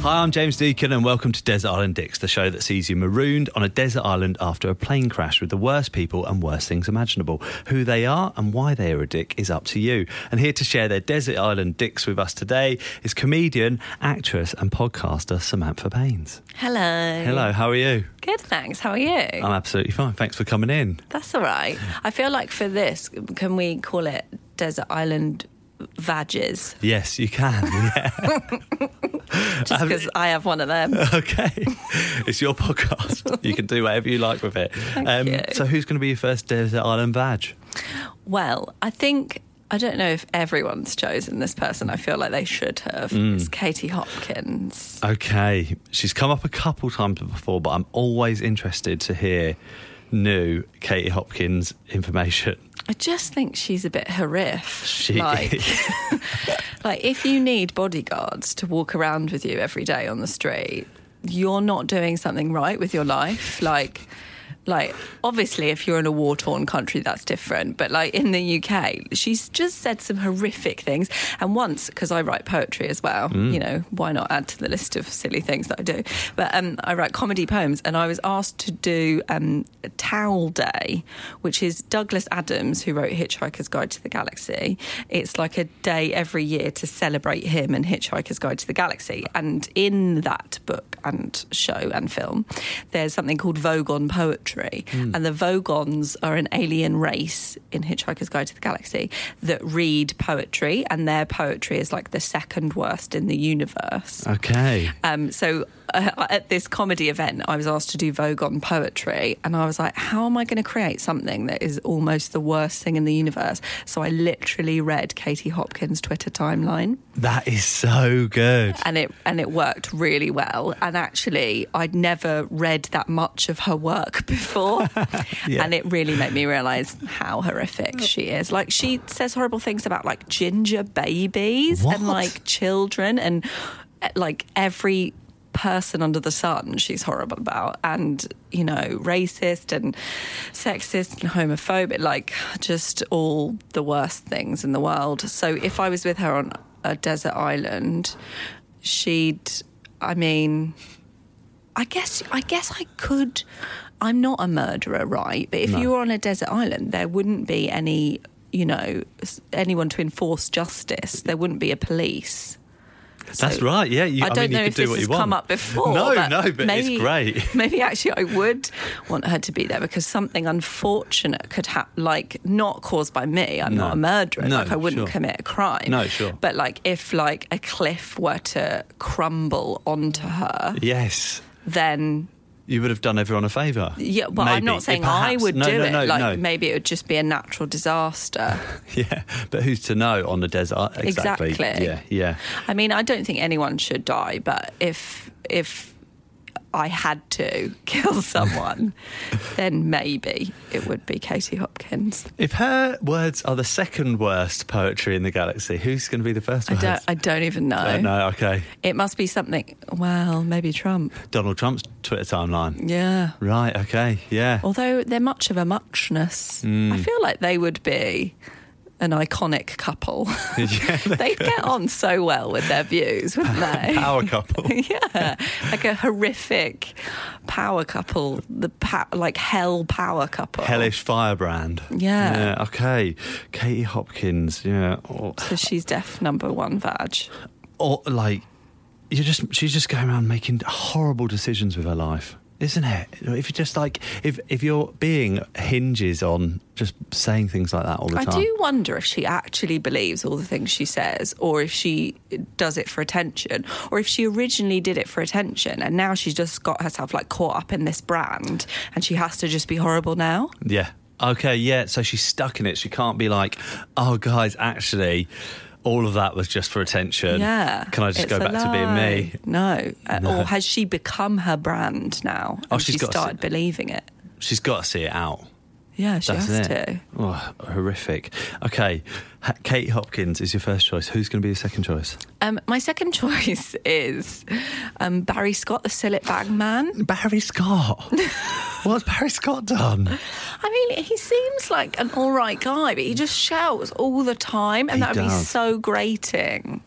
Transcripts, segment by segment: Hi, I'm James Deacon, and welcome to Desert Island Dicks, the show that sees you marooned on a desert island after a plane crash with the worst people and worst things imaginable. Who they are and why they are a dick is up to you. And here to share their Desert Island Dicks with us today is comedian, actress, and podcaster Samantha Baines. Hello. Hello, Uh, how are you? Good, thanks. How are you? I'm absolutely fine. Thanks for coming in. That's all right. I feel like for this, can we call it Desert Island Vages? Yes, you can. Yeah. Just because I have one of them. okay. It's your podcast. You can do whatever you like with it. Um, you. So, who's going to be your first Desert Island badge? Well, I think. I don't know if everyone's chosen this person. I feel like they should have. It's Katie Hopkins. Okay. She's come up a couple times before, but I'm always interested to hear new Katie Hopkins information. I just think she's a bit horrific. She like, is. like if you need bodyguards to walk around with you every day on the street, you're not doing something right with your life. Like, like obviously, if you're in a war torn country, that's different. But like in the UK, she's just said some horrific things. And once, because I write poetry as well, Mm. you know, why not add to the list of silly things that I do? But um, I write comedy poems, and I was asked to do um, Towel Day, which is Douglas Adams, who wrote Hitchhiker's Guide to the Galaxy. It's like a day every year to celebrate him and Hitchhiker's Guide to the Galaxy. And in that book and show and film, there's something called Vogon poetry. And the Vogons are an alien race in Hitchhiker's Guide to the Galaxy that read poetry, and their poetry is like the second worst in the universe. Okay. Um, so uh, at this comedy event, I was asked to do Vogue on poetry, and I was like, "How am I going to create something that is almost the worst thing in the universe?" So I literally read Katie Hopkins' Twitter timeline, That is so good. and it and it worked really well. And actually, I'd never read that much of her work before, Yeah. and it really made me realize how horrific she is. Like she says horrible things about like ginger babies What? and like children and eh, like every person under the sun she's horrible about and you know racist and sexist and homophobic like just all the worst things in the world so if i was with her on a desert island she'd i mean i guess i guess i could i'm not a murderer right but if you were on a desert island there wouldn't be any you know s- anyone to enforce justice there wouldn't be a police That's right. Yeah. You, I don't mean, know you if can do what this has you want. come up before. No, no, but maybe, it's great. maybe actually I would want her to be there because something unfortunate could happen, like not caused by me. I'm No. not a murderer. No, like I wouldn't sure. commit a crime. No, sure. But like if like a cliff were to crumble onto her, Yes. then You would have done everyone a favour. yeah. Well, I'm Maybe. not saying I Perhaps. would No, do no, it. No, like no. maybe it would just be a natural disaster. Yeah. But who's to know on the desert? Exactly. Exactly. Yeah. Yeah. I mean, I don't think anyone should die, but if if I had to kill someone, then maybe it would be Katie Hopkins. If her words are the second worst poetry in the galaxy, who's going to be the first I words? don't. I don't even know. Don't know. Okay. It must be something. Well, maybe Trump. Donald Trump's Twitter timeline. Yeah. Right. Okay. Yeah. Oh. Hmm. Although they're much of a muchness, I feel like they would be an iconic couple. Yeah, They'd get on so well with their views, wouldn't they? Power couple. yeah, like a horrific power couple, the pa- like hell power couple. Hellish firebrand. Yeah. Yeah. Okay. Katie Hopkins. Yeah. Or, So she's deaf number one vag. or like, you just she's just going around making horrible decisions with her life, isn't it? If you just like, if if your being hinges on just saying things like that all the I time. do wonder if she actually believes all the things she says, or if she does it for attention, or if she originally did it for attention and now she's just got herself like caught up in this brand and she has to just be horrible now. Yeah. Okay. Yeah. So she's stuck in it. She can't be like, oh, guys, actually, all of that was just for attention. Yeah. Can I just it's go a back to being me? lie. No. Uh, Or has she become her brand now? Oh, and she's she got to- started believing it. She's got to see it out. Yeah, she That's has it. to. Oh, horrific. Okay. H- Kate Hopkins is your first choice. Who's going to be your second choice? Um, my second choice is um, Barry Scott, the Sillet Bag Man. Barry Scott. What's Barry Scott done? I mean, he seems like an all right guy, but he just shouts all the time, and He that would be does. so grating.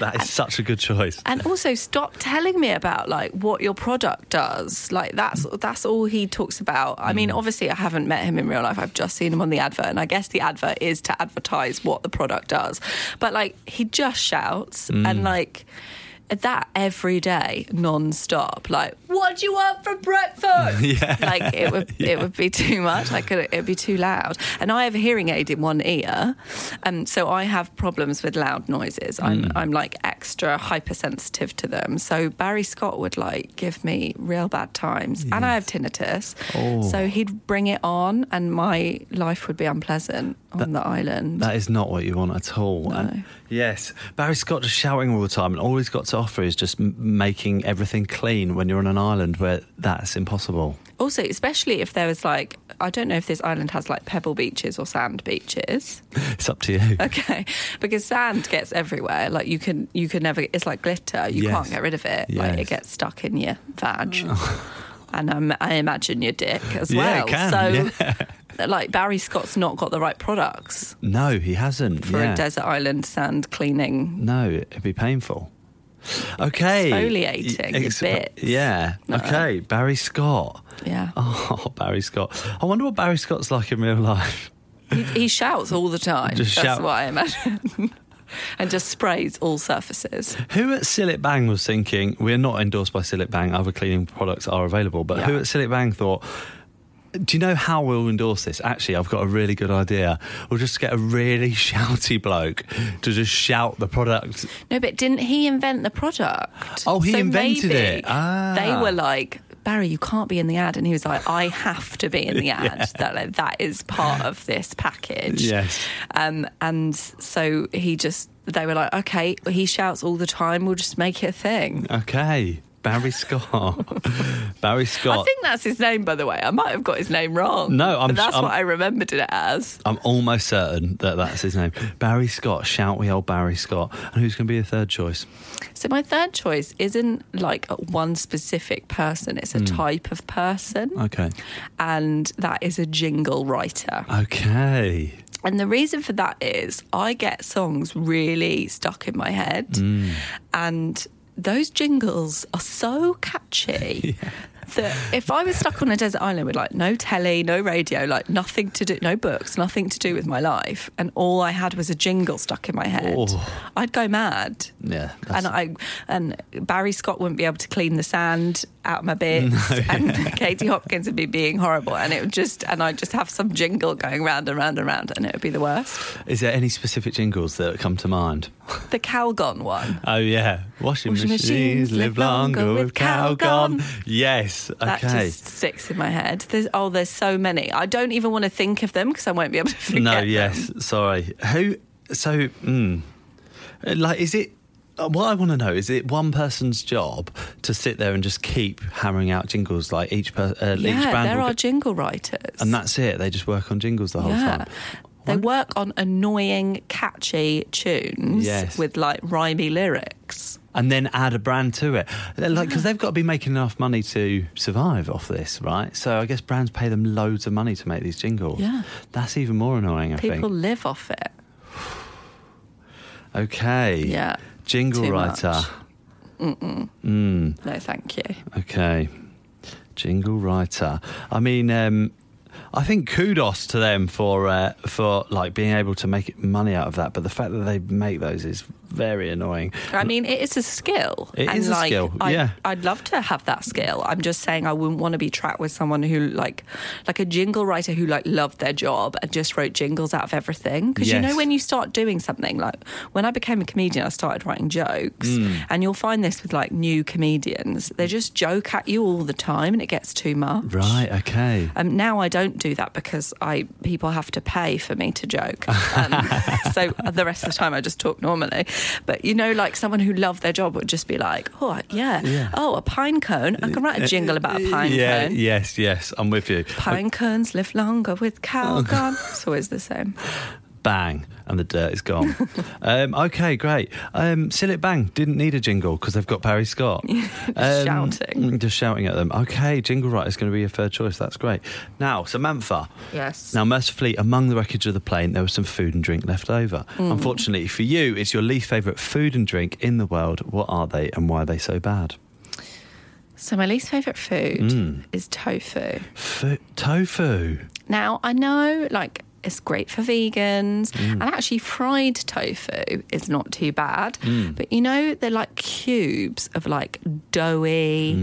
That is such a good choice. And also, stop telling me about like what your product does. Like that's that's all he talks about. I mean, obviously, I haven't met him in real life. I've just seen him on the advert, and I guess the advert is to advertise what the product does. But like, he just shouts and like. That every day, non-stop. Like, what do you want for breakfast? Yeah. Like it would, it would be too much. Like it would be too loud. And I have a hearing aid in one ear, um, so I have problems with loud noises. I'm, Mm. I'm like extra hypersensitive to them. So Barry Scott would like give me real bad times, and I have tinnitus, Oh. so he'd bring it on, and my life would be unpleasant on the island. That is not what you want at all. And yes, Barry Scott just shouting all the time, and all he's got to offer is just m- making everything clean when you're on an island where that's impossible. also, especially if there was like, I don't know if this island has like pebble beaches or sand beaches. It's up to you. Okay, because sand gets everywhere. Like you can, you can never. It's like glitter. You Yes. can't get rid of it. Like Yes. it gets stuck in your vag, and um, I imagine your dick as Yeah, it well. can, so, like Barry Scott's not got the right products No, he hasn't. for yeah. a desert island sand cleaning. No, it'd be painful. Okay. Exfoliating your bits. Yeah. Okay. Barry Scott. Yeah, Oh, Barry Scott. I wonder what Barry Scott's like in real life. he, he shouts all the time. Just That's shout. what I imagine. And just sprays all surfaces. Who at Sillet Bang was thinking, we're not endorsed by Sillet Bang, other cleaning products are available, but who Yeah. at Sillet Bang thought, do you know how we'll endorse this? Actually, I've got a really good idea. We'll just get a really shouty bloke to just shout the product. No, but didn't he invent the product? Oh, he So invented maybe it. Ah. They were like, Barry, you can't be in the ad. And he was like, I have to be in the ad. that, like, that is part of this package. Yes. Um, and so he just, they were like, okay, he shouts all the time. We'll just make it a thing. Okay. Barry Scott. Barry Scott. I think that's his name, by the way. I might have got his name wrong. No, I'm- But that's I'm- what I remembered it as. I'm almost certain that that's his name. Barry Scott. Shout we old Barry Scott. And who's going to be your third choice? So my third choice isn't like one specific person; Hmm. it's a type of person. Okay. and that is a jingle writer. Okay. And the reason for that is I get songs really stuck in my head, and those jingles are so catchy. That if I was stuck on a desert island with like no telly, no radio, like nothing to do, no books, nothing to do with my life, and all I had was a jingle stuck in my head, Oh. I'd go mad. Yeah. that's- And I and Barry Scott wouldn't be able to clean the sand out of my bits, and Katie Hopkins would be being horrible, and it would just and I'd just have some jingle going round and round and round, and it would be the worst. Is there any specific jingles that come to mind? The Calgon one. Oh yeah, washing, Washing machines, machines live longer with cow gone. gone. Yes. That Okay. just sticks in my head. There's oh, there's so many. I don't even want to think of them because I won't be able to forget. No. them. Yes. Sorry. Who? So. Mm, like, is it? uh, What I want to know is it one person's job to sit there and just keep hammering out jingles like each per, uh, each Yeah, band, there will are get- jingle writers. and that's it. They just work on jingles the whole Yeah. time. They work on annoying, catchy tunes Yes. with like rhymey lyrics. and then add a brand to it. They're Like, Ah. because they've got to be making enough money to survive off this, right? So I guess brands pay them loads of money to make these jingles. Yeah. That's even more annoying, I People think. live off it. Okay. Yeah. Jingle Too much. writer. No, thank you. Okay. Jingle writer. I mean, um, I think kudos to them for uh, for like being able to make money out of that. But the fact that they make those is very annoying. I mean, it is a skill. It is a like, skill, I, yeah. I'd love to have that skill. I'm just saying I wouldn't want to be trapped with someone who like, like a jingle writer who like loved their job and just wrote jingles out of everything. Because you Yes. know when you start doing something like when I became a comedian, I started writing jokes, Mm. and you'll find this with like new comedians. They just joke at you all the time, and it gets too much. Right. Okay. Um, now I don't do that because I people have to pay for me to joke. Um, so the rest of the time I just talk normally. But you know, like someone who loved their job would just be like, "Oh yeah, Yeah. Uh, oh a pine cone. I can write a jingle about a pine yeah. cone. Yes. Yes. I'm with you. Pine cones live longer with Oh. cow gone. It's always the same. Bang, and the dirt is gone. um, okay. Great. Um, Sillet Bang didn't need a jingle because they've got Barry Scott Um, mm, shouting. just shouting at them. Okay. Jingle writer is going to be your third choice. That's great. Now, Samantha. Yes. Now, mercifully, among the wreckage of the plane, there was some food and drink left over. Hmm. Unfortunately for you, it's your least favourite food and drink in the world. What are they and why are they so bad? So my least favorite food Hmm. is tofu. Fu- tofu. Now, I know like it's great for vegans, and actually, fried tofu is not too bad. But you know, they're like cubes of like doughy,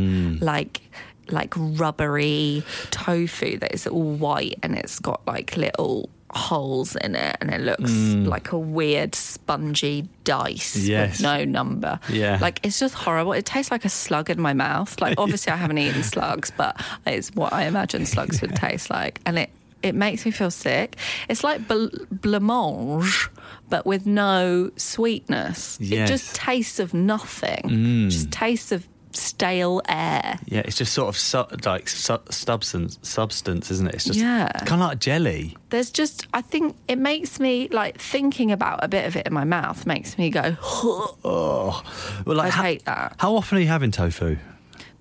like like rubbery tofu that is all white and it's got like little holes in it and it looks like a weird spongy dice Yes. with no number Yeah. like it's just horrible it tastes like a slug in my mouth like obviously i haven't eaten slugs but it's what i imagine slugs would taste like and it it makes me feel sick it's like bl- blancmange but with no sweetness Yes. Mm. it just tastes of nothing just tastes of stale air Yeah, it's just sort of su- like su- substance, substance, isn't it? It's just Yeah. kind of like jelly. there's just i think it makes me like thinking about a bit of it in my mouth makes me go Oh, well, like I'd ho- hate that. How often are you having tofu?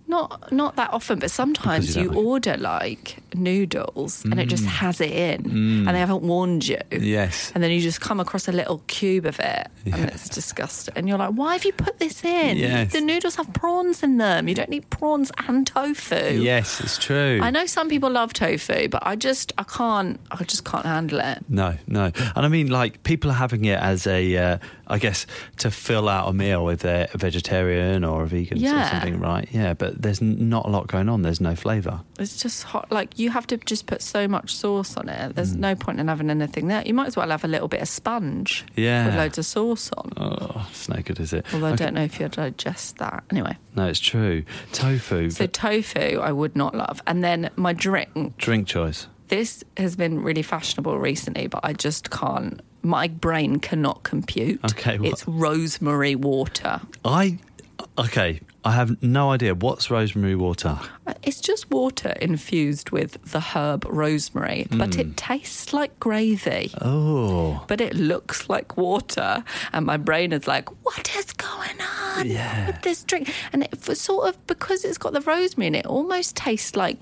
Not not that often, but sometimes Because you you, don't like- Mm. order like noodles and it just has it in, and they haven't warned you. Yes. and then you just come across a little cube of it, and it's disgusting. And you're like, "Why have you put this in? Yes. The noodles have prawns in them. You don't need prawns and tofu." Yes, it's true. I know some people love tofu, but I just I can't I just can't handle it. No, no, and I mean like people are having it as a, uh, I guess, to fill out a meal if they're a vegetarian or a vegan or Yeah. something, right? Yeah, but there's n- not a lot going on. There's no flavour. It's just hot. Like you have to just put so much sauce on it. Mm. There's no point in having anything there. You might as well have a little bit of sponge with Yeah. loads of sauce on. Oh, it's no good, is it? Although Okay. I don't know if you'll digest that. Anyway, No, it's true. Tofu. so but tofu I would not love. And then my drink. drink choice. This has been really fashionable recently, but I just can't. My brain cannot compute. Okay, what- It's rosemary water. I, okay, I have no idea. What's rosemary water? Uh, It's just water infused with the herb rosemary, but Hmm. it tastes like gravy. Oh, but it looks like water. And my brain is like, what is going on Yeah. with this drink? And it for sort of because it's got the rosemary in it, it almost tastes like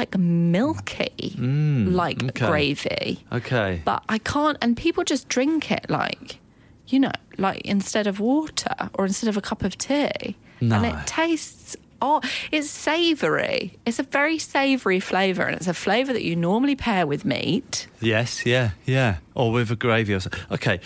like milky, like Mm, okay. gravy. okay. But I can't, and people just drink it like, you know, like instead of water or instead of a cup of tea. And No. it tastes. Oh, it's savoury. It's a very savoury flavour, and it's a flavour that you normally pair with meat. yes, yeah, yeah. Or with a gravy or something. Okay.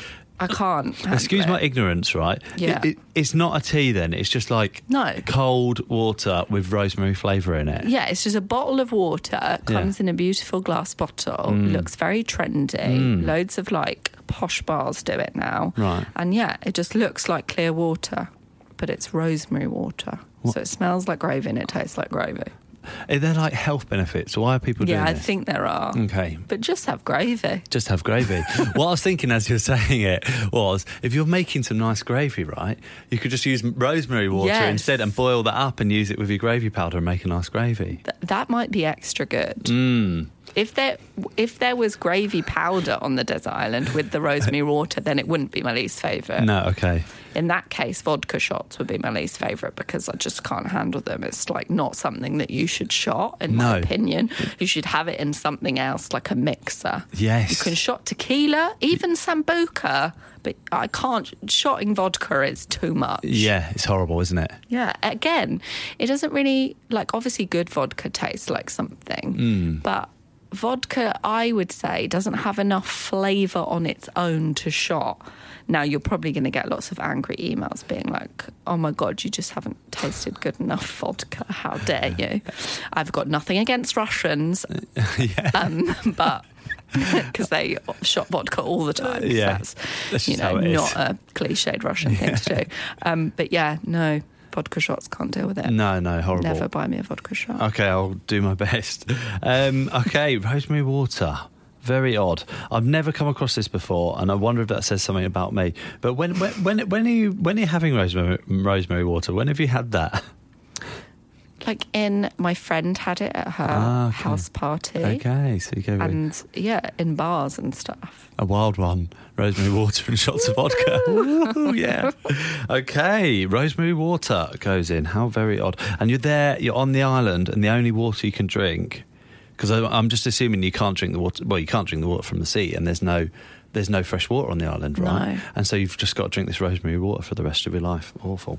I can't. handle Excuse it. my ignorance, right? Yeah. It, it, it's not a tea then. It's just like No. cold water with rosemary flavour in it. Yeah, it's just a bottle of water, comes in a beautiful glass bottle, Mm. looks very trendy. Loads of like posh bars do it now. Right. And yeah, it just looks like clear water, but it's rosemary water. So it smells like gravy and it tastes like gravy. Are there like health benefits? Why are people yeah, doing I this? Mm. think there are. Okay. But just have gravy. Just have gravy. what I was thinking as you were saying it was if you're making some nice gravy, right, you could just use rosemary water Yes. instead and boil that up and use it with your gravy powder and make a nice gravy. Mm. Th- that might be extra good. If there if there was gravy powder on the desert island with the rosemary water, then it wouldn't be my least favorite. No, okay. In that case, vodka shots would be my least favorite because I just can't handle them. It's like not something that you should shot, in my No. opinion. You should have it in something else, like a mixer. Yes. You can shot tequila, even sambuca, but I can't. Shotting vodka is too much. Yeah, it's horrible, isn't it? Yeah, again, it doesn't really like obviously good vodka tastes like something, Hmm. but vodka I would say doesn't have enough flavor on its own to shot. Now you're probably going to get lots of angry emails being like, "Oh my god, you just haven't tasted good enough vodka. How dare you?" I've got nothing against Russians, um, but because they shot vodka all the time. 'cause Yeah. that's, That's you just how know it is. not a cliched Russian thing to do. Um, but yeah, no vodka shots can't deal with it. No, no, horrible. Uh, Never buy me a vodka shot. Okay, I'll do my best. Um, okay, rosemary water. Very odd. I've never come across this before, and I wonder if that says something about me. But when when when, when are you when are you having rosemary rosemary water? When have you had that? Like in my friend had it at her Ah, okay. house party. Okay, so you go with And yeah, in bars and stuff. a wild one, rosemary water and shots of vodka. Woo, yeah. Okay, rosemary water goes in. How very odd. And you're there, you're on the island, and the only water you can drink, because I'm just assuming you can't drink the water. Well, you can't drink the water from the sea, and there's no there's no fresh water on the island, right? No. And so you've just got to drink this rosemary water for the rest of your life. Awful.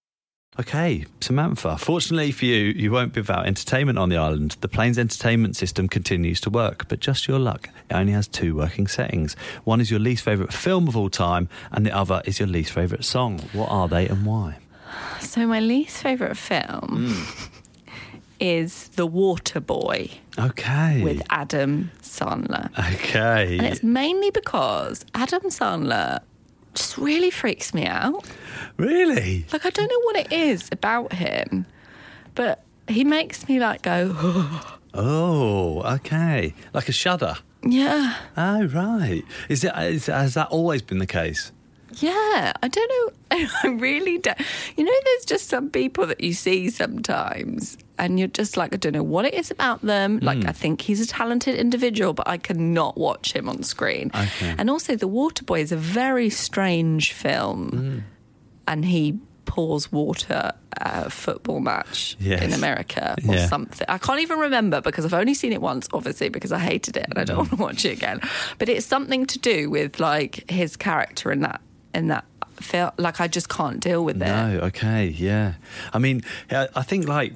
Okay, Samantha. Fortunately for you, you won't be without entertainment on the island. The plane's entertainment system continues to work, but just your luck, it only has two working settings. One is your least favourite film of all time, and the other is your least favourite song. What are they and why? So my least favourite film Hmm. is The Water Boy Okay. with Adam Sandler. Uh, okay. And it's mainly because Adam Sandler just really freaks me out. really? Like I don't know what it is about him, but he makes me like go, Oh, okay. Like a shudder. yeah, Oh, right. Is it, is, has that always been the case? yeah. I don't know. I really don't. You know, there's just some people that you see sometimes, and you're just like, I don't know what it is about them. Hmm. Like I think he's a talented individual, but I cannot watch him on screen. Okay. And also, The Waterboy is a very strange film, Hmm. and he pours water at a football match Yes. in America or Yeah. something. I can't even remember because I've only seen it once, obviously, because I hated it and I don't Mm. want to watch it again. But it's something to do with like his character in that in that film. Like I just can't deal with it. No, okay, yeah. I mean, I I think like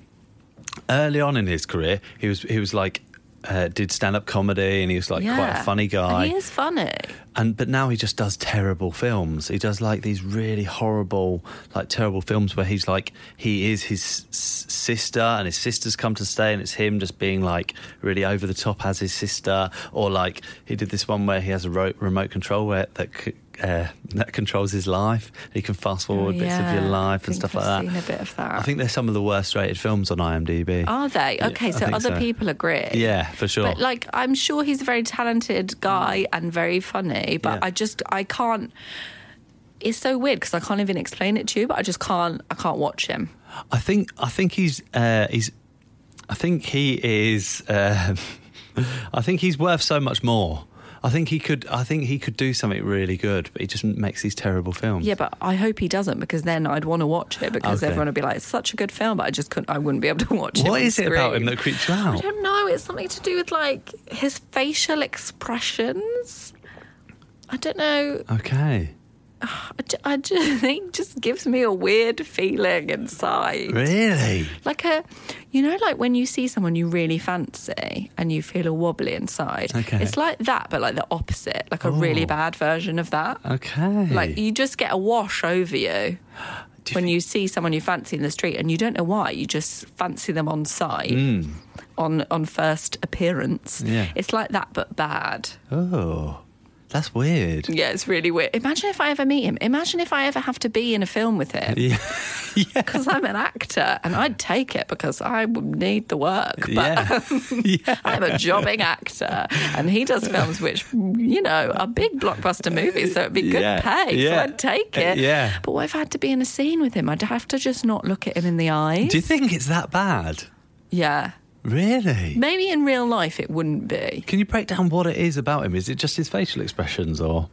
early on in his career, he was he was like uh, did stand up comedy, and he was like quite a funny guy. And he is funny. And but now he just does terrible films. He does like these really horrible, like terrible films where he's like he is his s- sister, and his sister's come to stay, and it's him just being like really over the top as his sister, or like he did this one where he has a ro- remote control where that. c uh, that controls his life. He can fast forward bits of your Oh, yeah. life I and think stuff I've like that. seen a bit of that. I think they're some of the worst rated films on IMDb. Are they? Yeah, Okay, I so think other so. people agree. Yeah, for sure. Mm. But like, I'm sure he's a very talented guy and very funny. But Yeah. I just, I can't. It's so weird because I can't even explain it to you. But I just can't. I can't watch him. I think I think he's uh, he's I think he is uh, I think he's worth so much more. I think he could I think he could do something really good, but he just makes these terrible films. Yeah, but I hope he doesn't because then I'd want to watch it because Okay. everyone would be like, "It's such a good film," but I just couldn't. I wouldn't be able to watch it. What on is it about screen. him that creeps you I out? don't know. It's something to do with like his facial expressions. I don't know. Okay. I, ju- I just think just gives me a weird feeling inside. Really? Like a, you know, like when you see someone you really fancy and you feel all wobbly inside. Okay. It's like that, but like the opposite, like a really Oh. bad version of that. Okay. Like you just get a wash over you Do you when thi- you see someone you fancy in the street and you don't know why, you just fancy them on sight. On, on first appearance. Mm. Yeah. It's like that, but bad. Oh. That's weird. Yeah, it's really weird. Imagine if I ever meet him. Imagine if I ever have to be in a film with him. Yeah. yeah. Because I'm an actor and I'd take it because I would need the work. But um, yeah. yeah. I'm a jobbing actor and he does films which, you know, are big blockbuster movies. So it'd be good Yeah, pay. yeah, Uh, So I'd take it. yeah. But what if I had to be in a scene with him? I'd have to just not look at him in the eyes. Do you think it's that bad? yeah. Really? Maybe in real life it wouldn't be. Can you break down what it is about him? Is it just his facial expressions or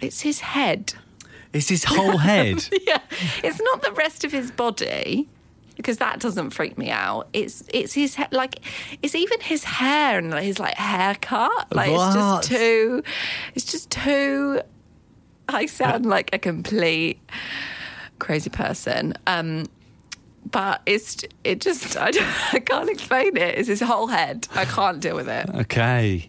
It's his head. is his whole head? yeah, it's not the rest of his body because that doesn't freak me out. It's it's his he- like it's even his hair and like, his like haircut. Like it's What? just too. It's just too. I sound like a complete crazy person. Um, but it's it just I, don't, I can't explain it. It's his whole head. I can't deal with it. okay.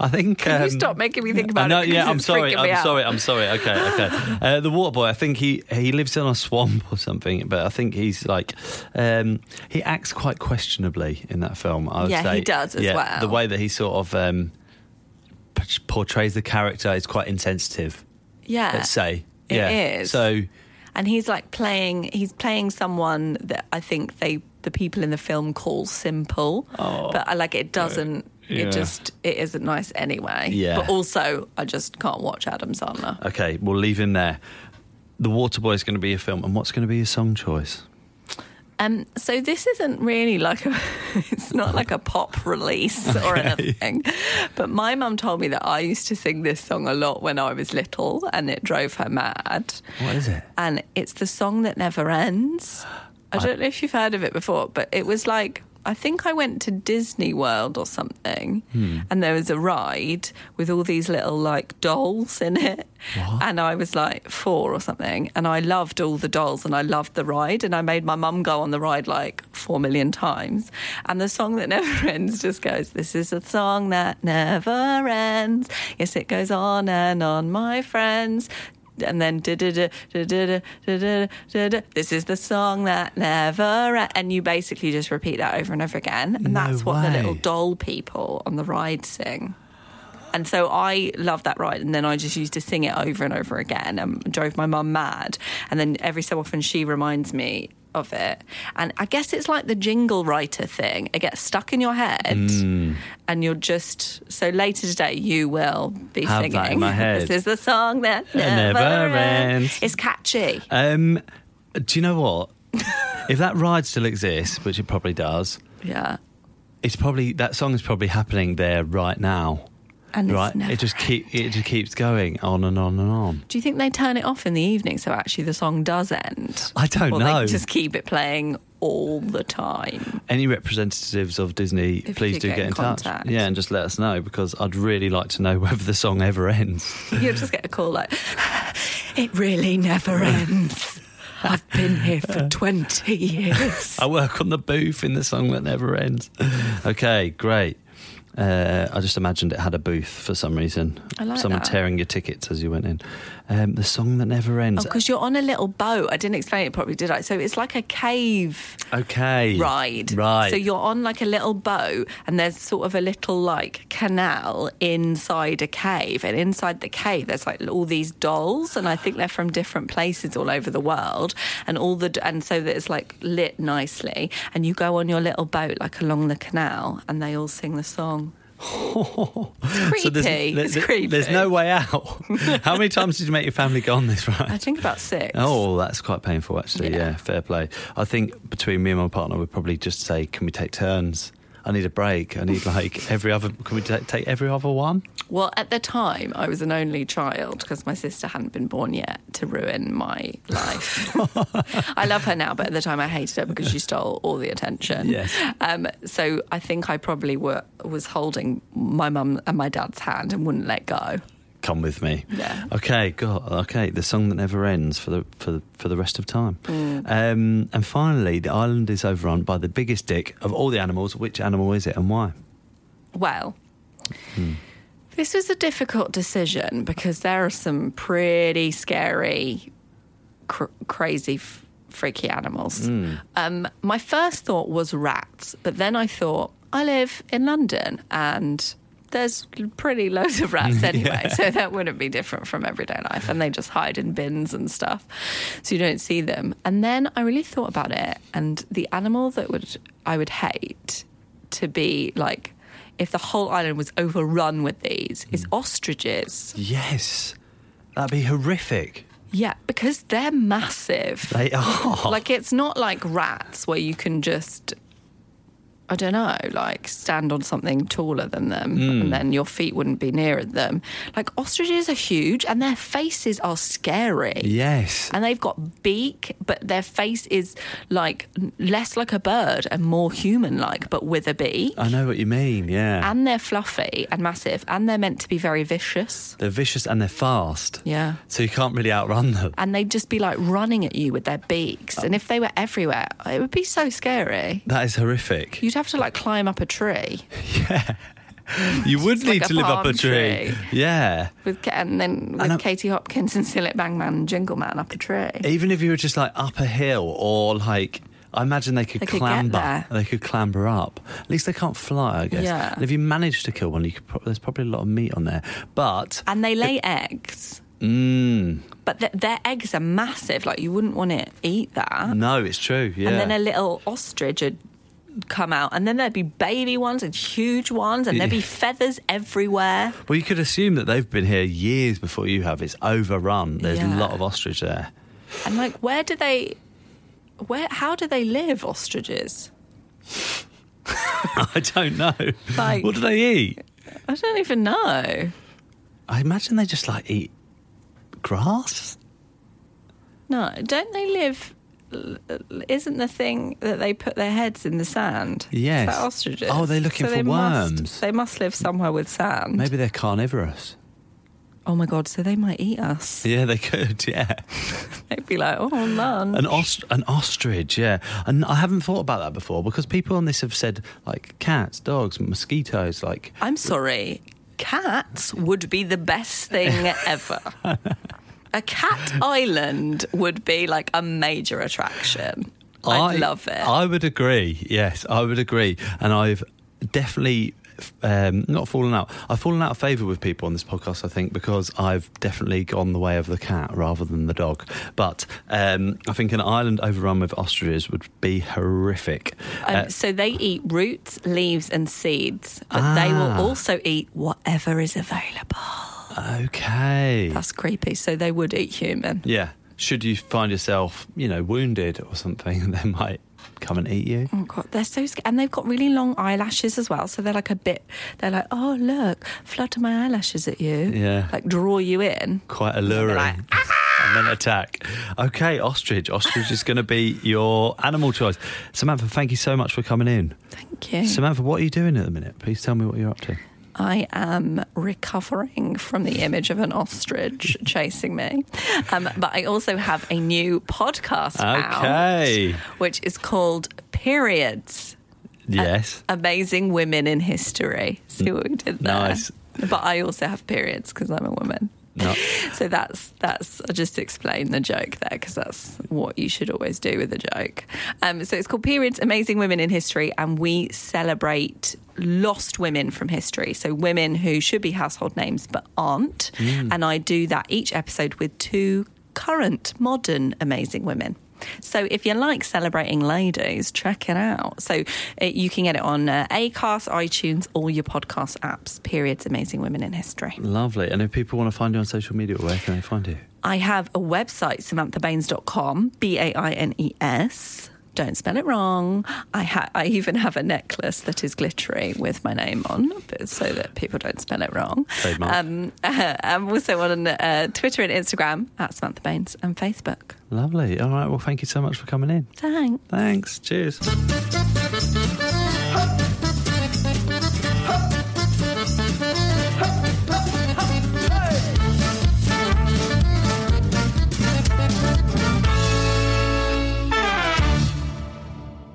I think. um, Can you stop making me think I about know, it? because yeah, I'm it's sorry. freaking me I'm out. sorry. I'm sorry. Okay, okay. Uh, the water boy, I think he he lives in a swamp or something, but I think he's like um, he acts quite questionably in that film. I would Yeah, say he does as Yeah, well. The way that he sort of um, p- portrays the character is quite insensitive. Yeah, Let's say, it yeah. is. So and he's like playing he's playing someone that i think they the people in the film call simple Oh. but I, like it doesn't Yeah. it just it isn't nice anyway Yeah. but also i just can't watch adam sandler okay, we'll leave him there. The water boy is going to be a film, and what's going to be his song choice? um so this isn't really like a it's not like a pop release or anything but my mum told me that i used to sing this song a lot when i was little and it drove her mad What is it? and it's the song that never ends. I don't know if you've heard of it before, but it was like I think I went to Disney World or something, and there was a ride with all these little like dolls in it, and I was like four or something, and I loved all the dolls and I loved the ride, and I made my mum go on the ride like four million times, and the song that never ends just goes, "This is a song that never ends. Yes, it goes on and on, my friends." and then da da da da da da da da. This is the song that never. e- And you basically just repeat that over and over again, and No that's what the little way. doll people on the ride sing. And so I love that ride, and then I just used to sing it over and over again, and drove my mum mad. And then every so often she reminds me of it, and I guess it's like the jingle writer thing. It gets stuck in your head, Mm. and you're just so later today you will be Have singing. that in my head. this is the song that Never never ends. ends. It's catchy. Um, do you know what? if that ride still exists, which it probably does, yeah. it's probably that song is probably happening there right now. And it's right, never it just keep it just keeps going on and on and on. Do you think they turn it off in the evening so actually the song does end? I don't or know. They just keep it playing all the time. Any representatives of Disney, If please you do get get in, in touch. contact. Yeah, and just let us know because I'd really like to know whether the song ever ends. You'll just get a call like, it really never ends. I've been here for 20 years. I work on the booth in the song that never ends. okay, great. Uh, I just imagined it had a booth for some reason. I like Someone that. tearing your tickets as you went in. Um, the song that never ends. Because Oh, you're on a little boat. I didn't explain it properly, did I? So it's like a cave okay. ride. Right. So you're on like a little boat, and there's sort of a little like canal inside a cave. And inside the cave, there's like all these dolls, and I think they're from different places all over the world. And all the and so that it's like lit nicely. And you go on your little boat like along the canal, and they all sing the song. It's So there's, creepy. there- it's there- creepy. There's no way out. How many times did you make your family go on this I ride? think about six. Oh, that's quite painful, actually. Yeah. Yeah. fair play. I think between me and my partner, we'd probably just say, "Can we take turns? I need a break. I need like every other. Can we ta- take every other one?" Well, at the time, I was an only child because my sister hadn't been born yet to ruin my life. I love her now, but at the time, I hated her because she stole all the attention. Yes. Um, so I think I probably were, was holding my mum and my dad's hand and wouldn't let go. Come with me. Yeah. Okay. God. Okay. The song that never ends for the for the, for the rest of time. Mm. Um, and finally, the island is overrun by the biggest dick of all the animals. Which animal is it, and why? Well, this was a difficult decision because there are some pretty scary, cr- crazy, f- freaky animals. Um, my first thought was rats, but then I thought, I live in London and there's pretty loads of rats anyway, so that wouldn't be different from everyday life. And they just hide in bins and stuff, so you don't see them. And then I really thought about it, and the animal that would I would hate to be like if the whole island was overrun with these is ostriches. Yes. That'd be horrific. Yeah, because they're massive. They are. Like it's not like rats where you can just I don't know, like stand on something taller than them and then your feet wouldn't be nearer them. Like ostriches are huge and their faces are scary. yes. And they've got beak, but their face is like less like a bird and more human like, but with a beak. I know what you mean. Yeah. And they're fluffy and massive and they're meant to be very vicious. they're vicious and they're fast. Yeah. So you can't really outrun them. and they'd just be like running at you with their beaks. And if they were everywhere, it would be so scary. That is horrific. You'd have to like climb up a tree You would need like a to live up a palm tree. tree. Yeah. with Ka- and then with I'm- Katie Hopkins and Sillet Bangman and Jingle Man up a tree. Even if you were just like up a hill or like, I imagine they could They could get clamber. there. They could clamber up. At least they can't fly, I guess. Yeah. And if you manage to kill one, you could pro- there's probably a lot of meat on there. But And they lay eggs. Mm. But th- their eggs are massive. Like you wouldn't want to eat that. no, it's true. Mm, Yeah. And then a little ostrich would come out. And then there'd be baby ones and huge ones. And there'd be Yeah. feathers everywhere. well, you could assume that they've been here years before you have. It's overrun. There's a Yeah. lot of ostrich there. And like, where do they? Where? How do they live? Ostriches? I don't know. Like- what do they eat? I don't even know. I imagine they just like eat grass. No, don't they live? l- l- Isn't the thing that they put their heads in the sand? Is Yes. that ostriches. Oh, they're looking So for they worms. Must, they must live somewhere with sand. Maybe they're carnivorous. Oh my god! So they might eat us. Yeah, they could. Yeah, They'd be like, oh man. an os- an ostrich. Yeah, and I haven't thought about that before because people on this have said like cats, dogs, mosquitoes. Like I'm sorry. Cats would be the best thing ever. A cat island would be like a major attraction. I'd love it. I would agree. Yes, I would agree. And I've definitely um, not fallen out. I've fallen out of favour with people on this podcast, I think, because I've definitely gone the way of the cat rather than the dog. But um, I think an island overrun with ostriches would be horrific. Um, Uh, so they eat roots, leaves, and seeds, but they Ah. will also eat whatever is available. okay. That's creepy. So they would eat human. Yeah. Should you find yourself, you know, wounded or something, they might come and eat you. Oh god, they're so scared, and they've got really long eyelashes as well. So they're like a bit. They're like, oh look, flutter my eyelashes at you. Yeah. like draw you in. Quite alluring. like, and then attack. Okay, ostrich. Ostrich is going to be your animal choice. Samantha, thank you so much for coming in. Thank you. Samantha, what are you doing at the minute? Please tell me what you're up to. I am recovering from the image of an ostrich chasing me. Um, but I also have a new podcast Okay. out, which is called Periods Yes. Amazing Women in History. See what we did there? Nice. But I also have periods because I'm a woman. No. So that's that's I just explained the joke there because that's what you should always do with a joke. Um, so it's called Periods: Amazing Women in History, and we celebrate lost women from history. So women who should be household names but aren't. And I do that each episode with two current, modern, amazing women. So if you like celebrating ladies, check it out. So uh, you can get it on uh, Acast, iTunes, all your podcast apps. Periods: Amazing Women in History. Lovely. And if people want to find you on social media, where can they find you? I have a website, samanthabaines.com, B A I N E S. Don't spell it wrong. I, ha- I even have a necklace that is glittery with my name on, but so that people don't spell it wrong. Trademark. Um, I'm also on uh, Twitter and Instagram at Samantha Baines and Facebook. Lovely. All right. Well, thank you so much for coming in. Thanks. Thanks. Cheers.